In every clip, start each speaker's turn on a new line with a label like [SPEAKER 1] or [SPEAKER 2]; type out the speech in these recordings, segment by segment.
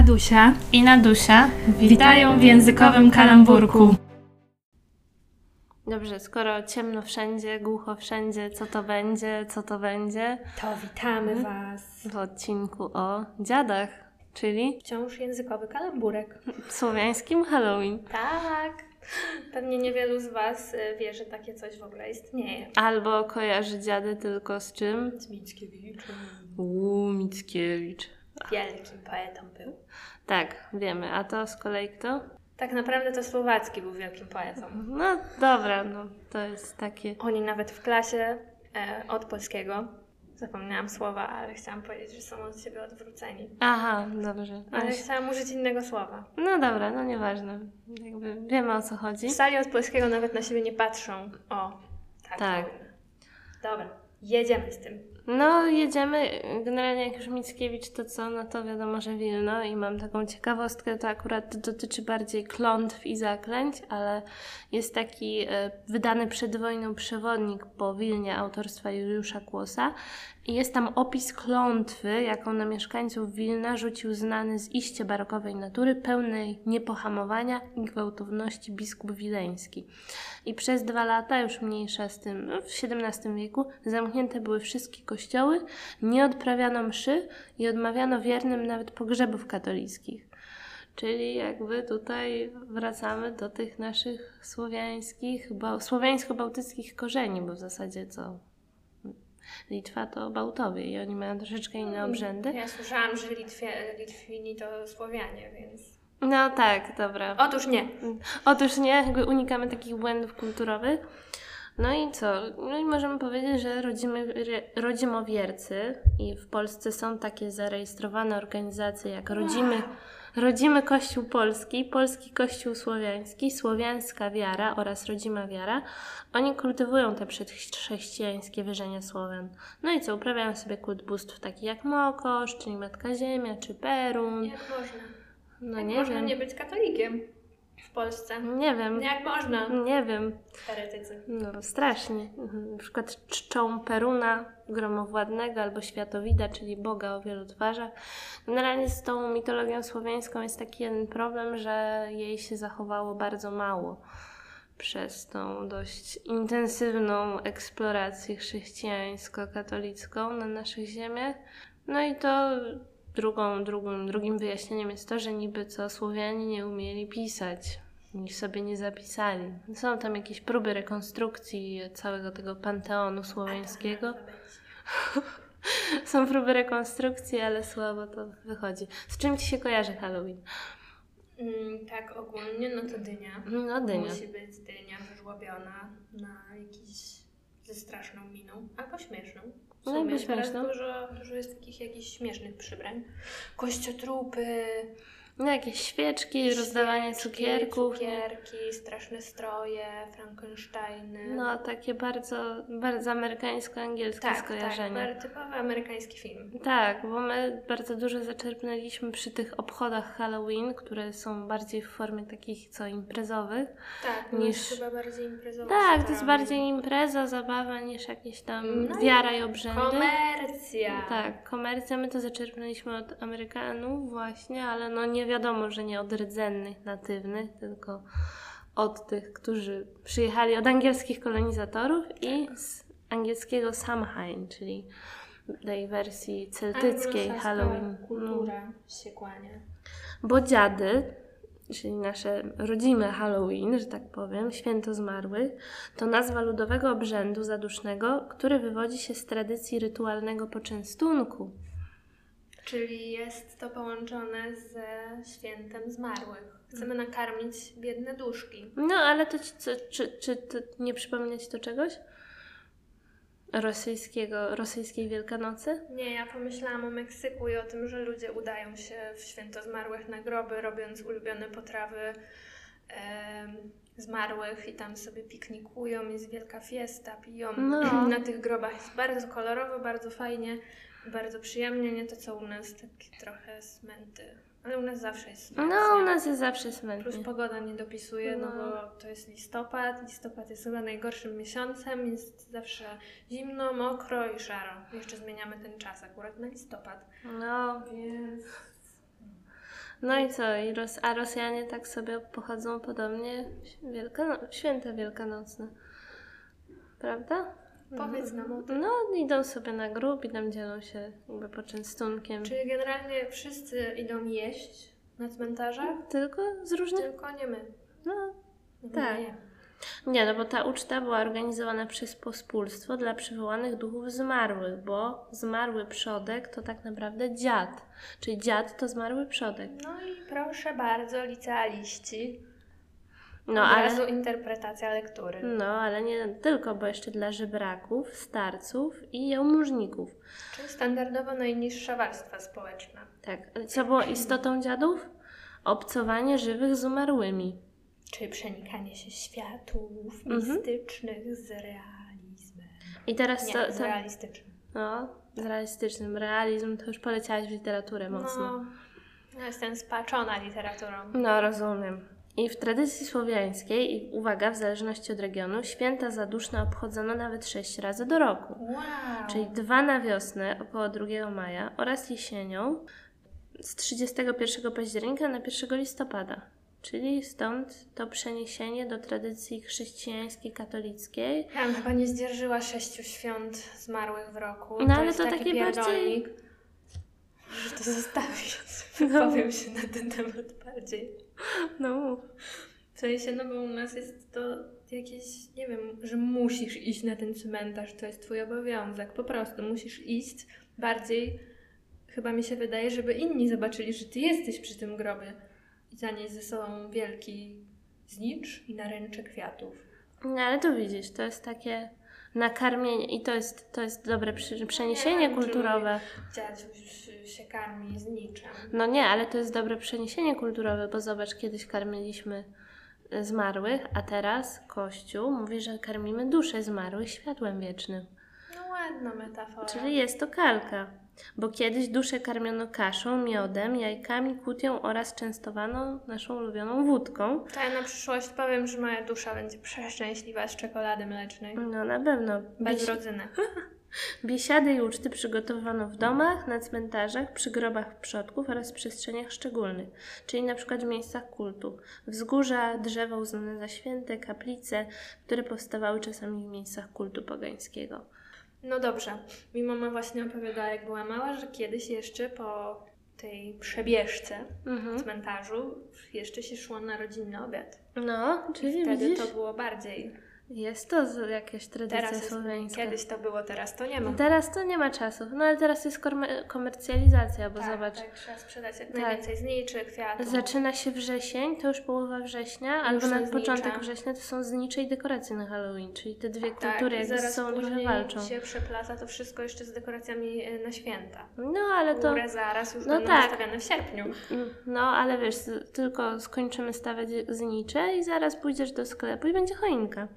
[SPEAKER 1] Adusia
[SPEAKER 2] i Nadusia
[SPEAKER 1] witają w językowym kalamburku.
[SPEAKER 2] Dobrze, skoro ciemno wszędzie, głucho wszędzie, co to będzie, co to będzie Mhm.
[SPEAKER 1] To witamy Was.
[SPEAKER 2] w odcinku o dziadach, czyli
[SPEAKER 1] Wciąż językowy kalamburek.
[SPEAKER 2] w słowiańskim Halloween.
[SPEAKER 1] Tak. Pewnie niewielu z Was y, wie, że takie coś w ogóle istnieje.
[SPEAKER 2] Albo kojarzy dziady tylko z czym?
[SPEAKER 1] Z Mickiewiczem.
[SPEAKER 2] Uuu, Mickiewicz.
[SPEAKER 1] Wielkim poetą był.
[SPEAKER 2] Tak, wiemy. A to z kolei kto?
[SPEAKER 1] Tak naprawdę to Słowacki był wielkim poetą.
[SPEAKER 2] No dobra, no to jest takie...
[SPEAKER 1] Oni nawet w klasie e, od polskiego, zapomniałam słowa, ale chciałam powiedzieć, że są od siebie odwróceni.
[SPEAKER 2] Aha, dobrze.
[SPEAKER 1] Ale chciałam użyć innego słowa.
[SPEAKER 2] No dobra, no nieważne. Jakby wiemy o co chodzi.
[SPEAKER 1] W sali od polskiego nawet na siebie nie patrzą. O, tak.
[SPEAKER 2] Tak.
[SPEAKER 1] powinno. Dobra, jedziemy z tym.
[SPEAKER 2] No, jedziemy. Generalnie jak już Mickiewicz, to co, no to wiadomo, że Wilno i mam taką ciekawostkę, to akurat dotyczy bardziej klątw i zaklęć, ale jest taki e, wydany przed wojną przewodnik po Wilnie autorstwa Juliusza Kłosa i jest tam opis klątwy, jaką na mieszkańców Wilna rzucił znany z iście barokowej natury, pełnej niepohamowania i gwałtowności biskup wileński. I przez dwa lata, już mniejsza z tym, no, w XVII wieku, zamknięte były wszystkie kościoły, nie odprawiano mszy i odmawiano wiernym nawet pogrzebów katolickich. Czyli jakby tutaj wracamy do tych naszych słowiańskich, bał- słowiańsko-bałtyckich korzeni, bo w zasadzie co? Litwa to Bałtowie i oni mają troszeczkę inne obrzędy.
[SPEAKER 1] Ja słyszałam, że Litwie, Litwini to Słowianie, więc...
[SPEAKER 2] No tak, dobra.
[SPEAKER 1] Otóż nie.
[SPEAKER 2] Otóż nie, jakby unikamy takich błędów kulturowych. No i co? No i możemy powiedzieć, że rodzimy, re- rodzimowiercy i w Polsce są takie zarejestrowane organizacje jak Rodzimy, Rodzimy Kościół Polski, Polski Kościół Słowiański, Słowiańska Wiara oraz Rodzima Wiara. Oni kultywują te przedchrześcijańskie wierzenia Słowian. No i co? Uprawiają sobie kult bóstw takich jak Mokosz, czyli Matka Ziemia, czy Perun.
[SPEAKER 1] Jak można?
[SPEAKER 2] No
[SPEAKER 1] Jak
[SPEAKER 2] nie
[SPEAKER 1] Tak, można
[SPEAKER 2] wiem. No.
[SPEAKER 1] nie być katolikiem w Polsce?
[SPEAKER 2] Nie wiem.
[SPEAKER 1] Jak można?
[SPEAKER 2] Nie wiem.
[SPEAKER 1] Heretycy.
[SPEAKER 2] No, strasznie. Mhm. Na przykład czczą Peruna, Gromowładnego albo Światowida, czyli Boga o wielu twarzach. Generalnie z tą mitologią słowiańską jest taki jeden problem, że jej się zachowało bardzo mało przez tą dość intensywną eksplorację chrześcijańsko-katolicką na naszych ziemiach. No i to drugą, drugim, drugim wyjaśnieniem jest to, że niby co Słowianie nie umieli pisać. Ich sobie nie zapisali. Są tam jakieś próby rekonstrukcji całego tego panteonu słowiańskiego. Są próby rekonstrukcji, ale słabo to wychodzi. Z czym ci się kojarzy Halloween?
[SPEAKER 3] Mm, tak ogólnie, no to dynia.
[SPEAKER 2] No dynia.
[SPEAKER 3] Musi być dynia wyżłobiona na jakiś ze straszną miną, albo śmieszną. W
[SPEAKER 2] No,
[SPEAKER 3] sumie
[SPEAKER 2] jakby
[SPEAKER 3] teraz
[SPEAKER 2] śmieszną.
[SPEAKER 3] Dużo, dużo jest takich jakichś śmiesznych przybrań. Kościotrupy,
[SPEAKER 2] No jakieś świeczki, rozdawanie
[SPEAKER 3] świeczki,
[SPEAKER 2] cukierków.
[SPEAKER 3] cukierki, straszne stroje, Frankensteiny.
[SPEAKER 2] No takie bardzo, bardzo amerykańsko-angielskie
[SPEAKER 3] tak, tak,
[SPEAKER 2] skojarzenie.
[SPEAKER 3] bardzo typowy amerykański film.
[SPEAKER 2] Tak, bo my bardzo dużo zaczerpnęliśmy przy tych obchodach Halloween, które są bardziej w formie takich co imprezowych.
[SPEAKER 3] Tak, no
[SPEAKER 2] Niż-
[SPEAKER 3] jest chyba bardziej imprezowy.
[SPEAKER 2] Tak, to jest
[SPEAKER 3] tam.
[SPEAKER 2] bardziej impreza, zabawa niż jakieś tam
[SPEAKER 3] No i
[SPEAKER 2] wiara i obrzędy.
[SPEAKER 3] Komercja!
[SPEAKER 2] Tak, komercja my to zaczerpnęliśmy od Amerykanów właśnie, ale no nie wiadomo, że nie od rdzennych, natywnych, tylko od tych, którzy przyjechali od angielskich kolonizatorów i z angielskiego Samhain, czyli tej wersji celtyckiej
[SPEAKER 3] Anglosaska
[SPEAKER 2] Halloween. No,
[SPEAKER 3] Kultura się kłania.
[SPEAKER 2] bo dziady, czyli nasze rodzime Halloween, że tak powiem, święto zmarłych, to nazwa ludowego obrzędu zadusznego, który wywodzi się z tradycji rytualnego poczęstunku.
[SPEAKER 3] Czyli jest to połączone ze świętem zmarłych. Chcemy nakarmić biedne duszki.
[SPEAKER 2] No, ale to ci, co, czy, czy to nie przypomina ci to czegoś? Rosyjskiego, rosyjskiej Wielkanocy?
[SPEAKER 3] Nie, ja pomyślałam o Meksyku i o tym, że ludzie udają się w święto zmarłych na groby, robiąc ulubione potrawy em, zmarłych i tam sobie piknikują, jest wielka fiesta, piją
[SPEAKER 2] No.
[SPEAKER 3] na tych grobach. Jest bardzo kolorowo, bardzo fajnie, bardzo przyjemnie, nie to co u nas, takie trochę smęty. Ale u nas zawsze jest smęty.
[SPEAKER 2] No, u nas jest zawsze smętnie.
[SPEAKER 3] Plus pogoda nie dopisuje, no.
[SPEAKER 2] Mm. No.
[SPEAKER 3] bo to jest listopad. Listopad jest chyba najgorszym miesiącem, jest zawsze zimno, mokro i szaro. Jeszcze zmieniamy ten czas akurat na listopad.
[SPEAKER 2] No,
[SPEAKER 3] Więc
[SPEAKER 2] No i co? I Ros- a Rosjanie tak sobie pochodzą podobnie Wielkano- święta wielkanocne. Prawda?
[SPEAKER 3] Powiedz nam o tym.
[SPEAKER 2] No, idą sobie na grób i tam dzielą się jakby poczęstunkiem.
[SPEAKER 3] Czyli generalnie wszyscy idą jeść na cmentarzach,
[SPEAKER 2] Tylko z różnych...
[SPEAKER 3] tylko nie my.
[SPEAKER 2] No,
[SPEAKER 3] My
[SPEAKER 2] Tak.
[SPEAKER 3] Nie.
[SPEAKER 2] Nie, no bo ta uczta była organizowana przez pospólstwo dla przywołanych duchów zmarłych, bo zmarły przodek to tak naprawdę dziad. Czyli dziad to zmarły przodek.
[SPEAKER 3] No i proszę bardzo, licealiści.
[SPEAKER 2] No
[SPEAKER 3] Od
[SPEAKER 2] ale,
[SPEAKER 3] razu interpretacja lektury.
[SPEAKER 2] no ale nie tylko, bo jeszcze dla żebraków, starców i jałmużników.
[SPEAKER 3] Czyli standardowa najniższa warstwa społeczna.
[SPEAKER 2] Tak, co było istotą dziadów? Obcowanie żywych z umarłymi.
[SPEAKER 3] Czyli przenikanie się światów
[SPEAKER 2] Mhm.
[SPEAKER 3] mistycznych z realizmem.
[SPEAKER 2] I teraz
[SPEAKER 3] Nie,
[SPEAKER 2] to,
[SPEAKER 3] z
[SPEAKER 2] to
[SPEAKER 3] realistycznym.
[SPEAKER 2] no, z realistycznym realizm, to już poleciałaś w literaturę mocno.
[SPEAKER 3] No, ja jestem spaczona literaturą.
[SPEAKER 2] No, rozumiem. I w tradycji słowiańskiej, i uwaga, w zależności od regionu, święta zaduszne obchodzono nawet sześć razy do roku.
[SPEAKER 3] Wow.
[SPEAKER 2] Czyli dwa na wiosnę, około 2 maja, oraz jesienią z 31 października na 1 listopada. Czyli stąd to przeniesienie do tradycji chrześcijańskiej, katolickiej.
[SPEAKER 3] Ja bym chyba nie zdzierżyła sześciu świąt zmarłych w roku.
[SPEAKER 2] No, ale
[SPEAKER 3] jest
[SPEAKER 2] to
[SPEAKER 3] taki
[SPEAKER 2] takie bardziej-
[SPEAKER 3] pierdolnik, Że to zostawię.
[SPEAKER 2] No.
[SPEAKER 3] Powiem się na ten temat bardziej.
[SPEAKER 2] No,
[SPEAKER 3] W sensie, no bo u nas jest to jakieś, nie wiem, że musisz iść na ten cmentarz, to jest twój obowiązek, po prostu musisz iść bardziej, chyba mi się wydaje, żeby inni zobaczyli, że ty jesteś przy tym grobie i zanieść ze sobą wielki znicz i naręcze kwiatów.
[SPEAKER 2] no ale tu widzisz, to jest takie nakarmienie i to jest, to jest dobre przy, przeniesienie
[SPEAKER 3] Nie, czyli-
[SPEAKER 2] kulturowe.
[SPEAKER 3] Dziadziuś się karmi zniczem.
[SPEAKER 2] No nie, ale to jest dobre przeniesienie kulturowe, bo zobacz, kiedyś karmiliśmy e, zmarłych, a teraz Kościół mówi, że karmimy dusze zmarłych światłem wiecznym.
[SPEAKER 3] No ładna metafora.
[SPEAKER 2] Czyli jest to kalka, bo kiedyś dusze karmiono kaszą, miodem, jajkami, kutią oraz częstowano naszą ulubioną wódką.
[SPEAKER 3] To ja na przyszłość powiem, że moja dusza będzie przeszczęśliwa z czekolady mlecznej.
[SPEAKER 2] No na pewno.
[SPEAKER 3] Bez
[SPEAKER 2] Biesi-
[SPEAKER 3] rodzyny.
[SPEAKER 2] Biesiady i uczty przygotowywano w domach, na cmentarzach, przy grobach przodków oraz w przestrzeniach szczególnych, czyli na przykład w miejscach kultu. Wzgórza, drzewa uznane za święte, kaplice, które powstawały czasami w miejscach kultu pogańskiego.
[SPEAKER 3] No dobrze, mi mama właśnie opowiadała, jak była mała, że kiedyś jeszcze po tej przebieżce w
[SPEAKER 2] Mhm.
[SPEAKER 3] cmentarzu jeszcze się szło na rodzinny obiad.
[SPEAKER 2] No, czyli
[SPEAKER 3] Wtedy
[SPEAKER 2] widzisz,
[SPEAKER 3] to było bardziej.
[SPEAKER 2] jest to z- jakaś tradycja
[SPEAKER 3] Teraz jest,
[SPEAKER 2] słowiańska.
[SPEAKER 3] kiedyś to było, teraz to nie ma.
[SPEAKER 2] Teraz to nie ma czasu, no ale teraz jest korme- komercjalizacja, bo
[SPEAKER 3] tak,
[SPEAKER 2] zobacz,
[SPEAKER 3] tak, trzeba sprzedać jak
[SPEAKER 2] Tak.
[SPEAKER 3] najwięcej zniczy, kwiatów.
[SPEAKER 2] Zaczyna się wrzesień, to już połowa września, albo
[SPEAKER 3] są
[SPEAKER 2] na
[SPEAKER 3] znicze.
[SPEAKER 2] początek września to są znicze i dekoracje na Halloween, czyli te dwie kultury
[SPEAKER 3] tak, i
[SPEAKER 2] jakby ze
[SPEAKER 3] zaraz
[SPEAKER 2] sobą trochę
[SPEAKER 3] później
[SPEAKER 2] walczą.
[SPEAKER 3] się przeplata to wszystko jeszcze z dekoracjami e, na święta.
[SPEAKER 2] No ale to,
[SPEAKER 3] Które zaraz już
[SPEAKER 2] no
[SPEAKER 3] będą
[SPEAKER 2] tak.
[SPEAKER 3] wystawiane w sierpniu.
[SPEAKER 2] no ale wiesz, z- tylko skończymy stawiać znicze i zaraz pójdziesz do sklepu i będzie choinka.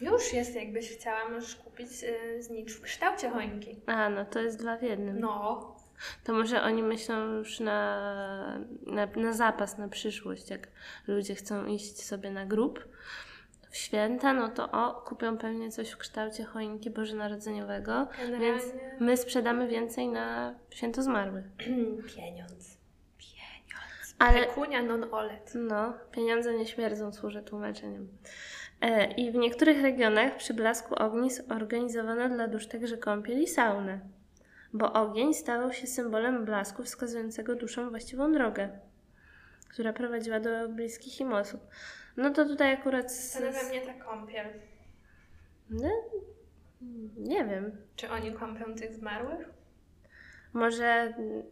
[SPEAKER 3] Już jest, jakbyś chciała, możesz kupić e, znicz w kształcie choinki.
[SPEAKER 2] A no, to jest dwa w jednym.
[SPEAKER 3] No,
[SPEAKER 2] To może oni myślą już na, na, na zapas, na przyszłość, jak ludzie chcą iść sobie na grób w święta, no to o, kupią pewnie coś w kształcie choinki Bożonarodzeniowego. Więc
[SPEAKER 3] generalnie...
[SPEAKER 2] my sprzedamy więcej na święto zmarłych.
[SPEAKER 3] Mm, Pieniądz. Pieniądz.
[SPEAKER 2] Ale-
[SPEAKER 3] Ale kunia non olet.
[SPEAKER 2] No, pieniądze nie śmierdzą, służę tłumaczeniem. E, I w niektórych regionach przy blasku ognisk organizowano dla dusz także kąpiel i saunę, bo ogień stawał się symbolem blasku wskazującego duszom właściwą drogę, która prowadziła do bliskich im osób. No to tutaj akurat... Z,
[SPEAKER 3] Zastanawia
[SPEAKER 2] z,
[SPEAKER 3] mnie ta kąpiel.
[SPEAKER 2] no, nie wiem,
[SPEAKER 3] Czy oni kąpią tych zmarłych?
[SPEAKER 2] Może mm,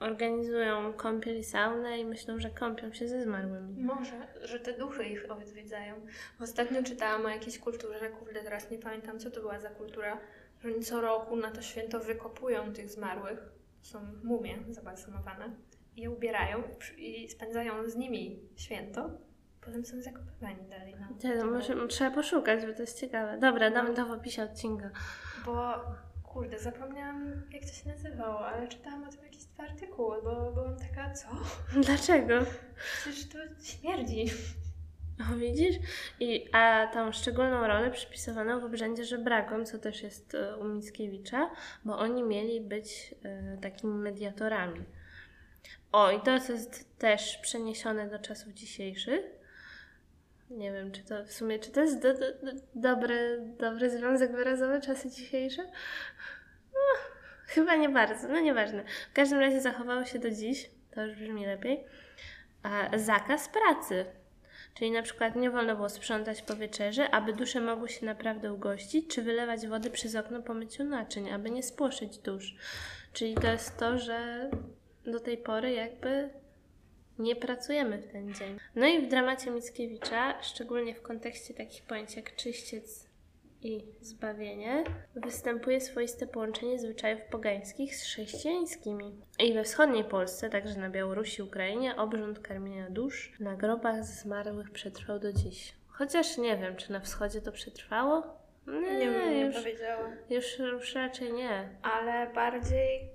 [SPEAKER 2] organizują kąpiel i saunę i myślą, że kąpią się ze zmarłymi.
[SPEAKER 3] Może, że te duchy ich odwiedzają. Ostatnio czytałam o jakiejś kulturze, kurde, teraz nie pamiętam, co to była za kultura, że oni co roku na to święto wykopują tych zmarłych. Są mumie zabalsamowane. I je ubierają i przy- i spędzają z nimi święto. Potem są zakopywani dalej. na-
[SPEAKER 2] Ty, no może trzeba poszukać, bo to jest ciekawe. Dobra, damy to w opisie odcinka.
[SPEAKER 3] Bo kurde, zapomniałam jak to się nazywało, ale czytałam o tym jakieś dwa artykuły, bo byłam taka, co?
[SPEAKER 2] Dlaczego?
[SPEAKER 3] Przecież to śmierdzi.
[SPEAKER 2] No widzisz? I, a tą szczególną rolę przypisywano w obrzędzie żebrakom, co też jest e, u Mickiewicza, bo oni mieli być e, takimi mediatorami. O, i to jest też przeniesione do czasów dzisiejszych. Nie wiem, czy to w sumie, czy to jest do, do, do, dobry, dobry związek wyrazowy, czasy dzisiejsze? No, chyba nie bardzo, no nieważne. W każdym razie zachowało się do dziś, to już brzmi lepiej. A, zakaz pracy. Czyli na przykład nie wolno było sprzątać po wieczerzy, aby dusze mogły się naprawdę ugościć, czy wylewać wody przez okno po myciu naczyń, aby nie spłoszyć dusz. Czyli to jest to, że do tej pory jakby nie pracujemy w ten dzień. No i w dramacie Mickiewicza, szczególnie w kontekście takich pojęć jak czyściec i zbawienie, występuje swoiste połączenie zwyczajów pogańskich z chrześcijańskimi. I we wschodniej Polsce, także na Białorusi, Ukrainie, obrząd karmienia dusz na grobach zmarłych przetrwał do dziś. Chociaż nie wiem, czy na wschodzie to przetrwało? Nie,
[SPEAKER 3] Nie bym nie
[SPEAKER 2] już,
[SPEAKER 3] powiedziała.
[SPEAKER 2] już, już raczej nie.
[SPEAKER 3] Ale bardziej.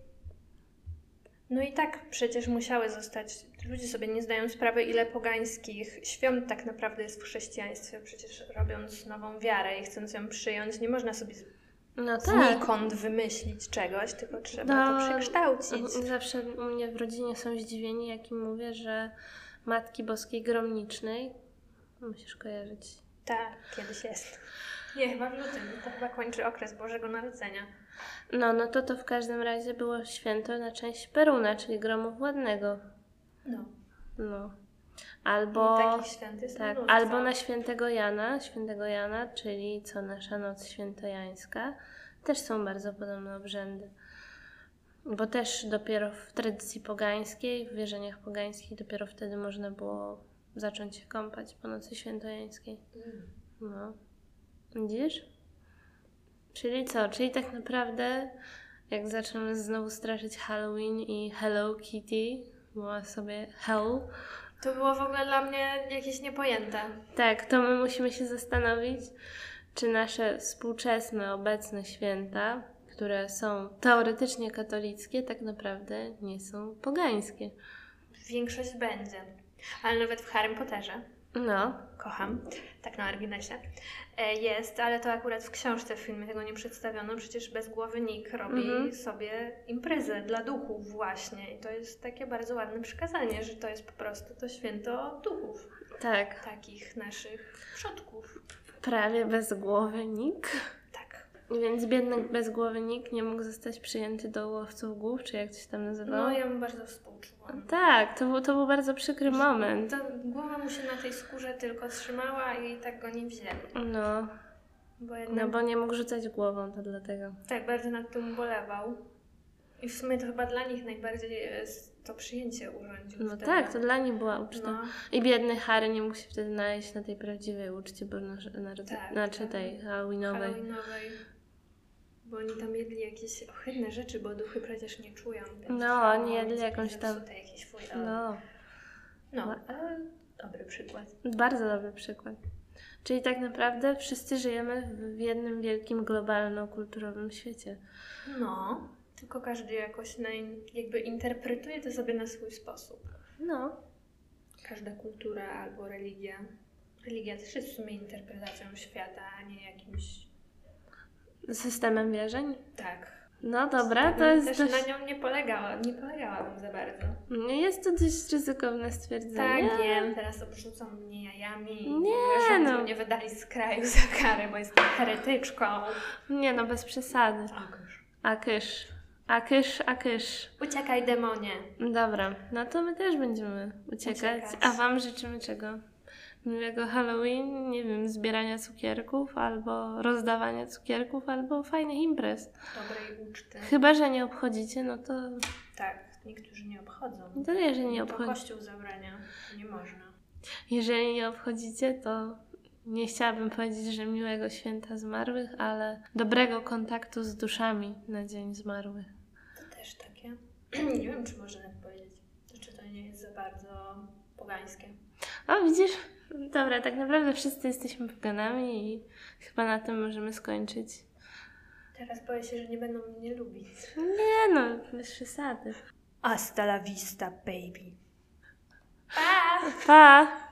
[SPEAKER 3] No i tak przecież musiały zostać. Ludzie sobie nie zdają sprawy, ile pogańskich świąt tak naprawdę jest w chrześcijaństwie. Przecież robiąc nową wiarę i chcąc ją przyjąć, nie można sobie z-
[SPEAKER 2] No tak.
[SPEAKER 3] znikąd wymyślić czegoś, tylko trzeba
[SPEAKER 2] No,
[SPEAKER 3] to przekształcić.
[SPEAKER 2] Zawsze u mnie w rodzinie są zdziwieni, jak im mówię, że Matki Boskiej Gromnicznej, musisz kojarzyć,
[SPEAKER 3] Tak, kiedyś jest. Nie, chyba w lutym. To chyba kończy okres Bożego Narodzenia.
[SPEAKER 2] no, no to to w każdym razie było święto na część Peruna, czyli gromu władnego.
[SPEAKER 3] No.
[SPEAKER 2] No.
[SPEAKER 3] Bo...
[SPEAKER 2] Albo...
[SPEAKER 3] Takich świąt jest
[SPEAKER 2] Tak,
[SPEAKER 3] mnóstwo.
[SPEAKER 2] albo na świętego Jana, świętego Jana, czyli co nasza noc świętojańska, też są bardzo podobne obrzędy. Bo też dopiero w tradycji pogańskiej, w wierzeniach pogańskich, dopiero wtedy można było zacząć się kąpać po nocy świętojańskiej.
[SPEAKER 3] Mm.
[SPEAKER 2] No. Widzisz? Czyli co? Czyli tak naprawdę, jak zaczniemy znowu straszyć Halloween i Hello Kitty, była sobie Hell,
[SPEAKER 3] To było w ogóle dla mnie jakieś niepojęte.
[SPEAKER 2] tak, to my musimy się zastanowić, czy nasze współczesne, obecne święta, które są teoretycznie katolickie, tak naprawdę nie są pogańskie.
[SPEAKER 3] Większość będzie. Ale nawet w Harry Potterze,
[SPEAKER 2] No,
[SPEAKER 3] kocham, tak na marginesie, e, jest, ale to akurat w książce, w filmie tego nie przedstawiono, przecież bezgłowy Nick robi
[SPEAKER 2] Mhm.
[SPEAKER 3] sobie imprezę dla duchów właśnie i to jest takie bardzo ładne przykazanie, że to jest po prostu to święto duchów,
[SPEAKER 2] tak,
[SPEAKER 3] takich naszych przodków.
[SPEAKER 2] prawie bezgłowy Nick.
[SPEAKER 3] Tak.
[SPEAKER 2] Więc biedny bezgłowy Nick nie mógł zostać przyjęty do łowców głów, czy jak to się tam nazywało.
[SPEAKER 3] No ja mu bardzo współczułam.
[SPEAKER 2] Tak, to był, to był bardzo przykry moment.
[SPEAKER 3] Ta głowa mu się na tej skórze tylko trzymała i tak go nie wzięli.
[SPEAKER 2] No,
[SPEAKER 3] Bo jednak
[SPEAKER 2] no bo nie mógł rzucać głową, to dlatego.
[SPEAKER 3] Tak, bardzo nad tym ubolewał. I w sumie to chyba dla nich najbardziej e, s- to przyjęcie urządził.
[SPEAKER 2] No
[SPEAKER 3] wtedy.
[SPEAKER 2] tak, to dla nich była uczta.
[SPEAKER 3] No,
[SPEAKER 2] I biedny Harry nie mógł się wtedy znaleźć na tej prawdziwej uczcie, bo na, na,
[SPEAKER 3] Tak,
[SPEAKER 2] znaczy
[SPEAKER 3] tak.
[SPEAKER 2] tej Halloweenowej.
[SPEAKER 3] Halloweenowej. Bo oni tam jedli jakieś ohydne rzeczy, bo duchy przecież nie czują. więc-
[SPEAKER 2] No, oni jedli
[SPEAKER 3] więc
[SPEAKER 2] jakąś tam-
[SPEAKER 3] zepsute Jakieś fuj, ale-
[SPEAKER 2] No,
[SPEAKER 3] no, ale dobry przykład.
[SPEAKER 2] bardzo dobry przykład. Czyli tak naprawdę wszyscy żyjemy w- w jednym wielkim globalno-kulturowym świecie.
[SPEAKER 3] No, tylko każdy jakoś na in, jakby interpretuje to sobie na swój sposób.
[SPEAKER 2] No,
[SPEAKER 3] Każda kultura albo religia. Religia też jest w sumie interpretacją świata, a nie jakimś...
[SPEAKER 2] systemem wierzeń.
[SPEAKER 3] Tak,
[SPEAKER 2] No dobra, to
[SPEAKER 3] też
[SPEAKER 2] jest
[SPEAKER 3] na
[SPEAKER 2] dość,
[SPEAKER 3] nią nie polegała, nie polegałabym za bardzo.
[SPEAKER 2] nie jest to dość ryzykowne stwierdzenie.
[SPEAKER 3] Tak, wiem, teraz obrzucą mnie jajami i
[SPEAKER 2] Nie,
[SPEAKER 3] nie,
[SPEAKER 2] no.
[SPEAKER 3] mnie wydali z kraju za karę, bo jestem heretyczką. Tak.
[SPEAKER 2] Nie no, bez przesady. Akysz, akysz, akysz.
[SPEAKER 3] Uciekaj demonie.
[SPEAKER 2] Dobra, no to my też będziemy uciekać.
[SPEAKER 3] Uciekać.
[SPEAKER 2] A Wam życzymy czego? Miłego Halloween, nie wiem, zbierania cukierków, albo rozdawania cukierków, albo fajnych imprez.
[SPEAKER 3] Dobrej uczty.
[SPEAKER 2] Chyba, że nie obchodzicie, no to,
[SPEAKER 3] Tak, niektórzy nie obchodzą.
[SPEAKER 2] to nie, że nie
[SPEAKER 3] No To
[SPEAKER 2] obchodzicie.
[SPEAKER 3] kościół zabrania, nie można.
[SPEAKER 2] Jeżeli nie obchodzicie, to nie chciałabym powiedzieć, że miłego święta zmarłych, ale dobrego kontaktu z duszami na Dzień Zmarłych.
[SPEAKER 3] To też takie. nie wiem, czy można tak powiedzieć. To Czy to nie jest za bardzo pogańskie?
[SPEAKER 2] O, widzisz? Dobra, tak naprawdę wszyscy jesteśmy poganami i chyba na tym możemy skończyć.
[SPEAKER 3] Teraz boję się, że nie będą mnie lubić.
[SPEAKER 2] Nie no, bez przesady.
[SPEAKER 3] Hasta la vista, baby. Pa!
[SPEAKER 2] Pa!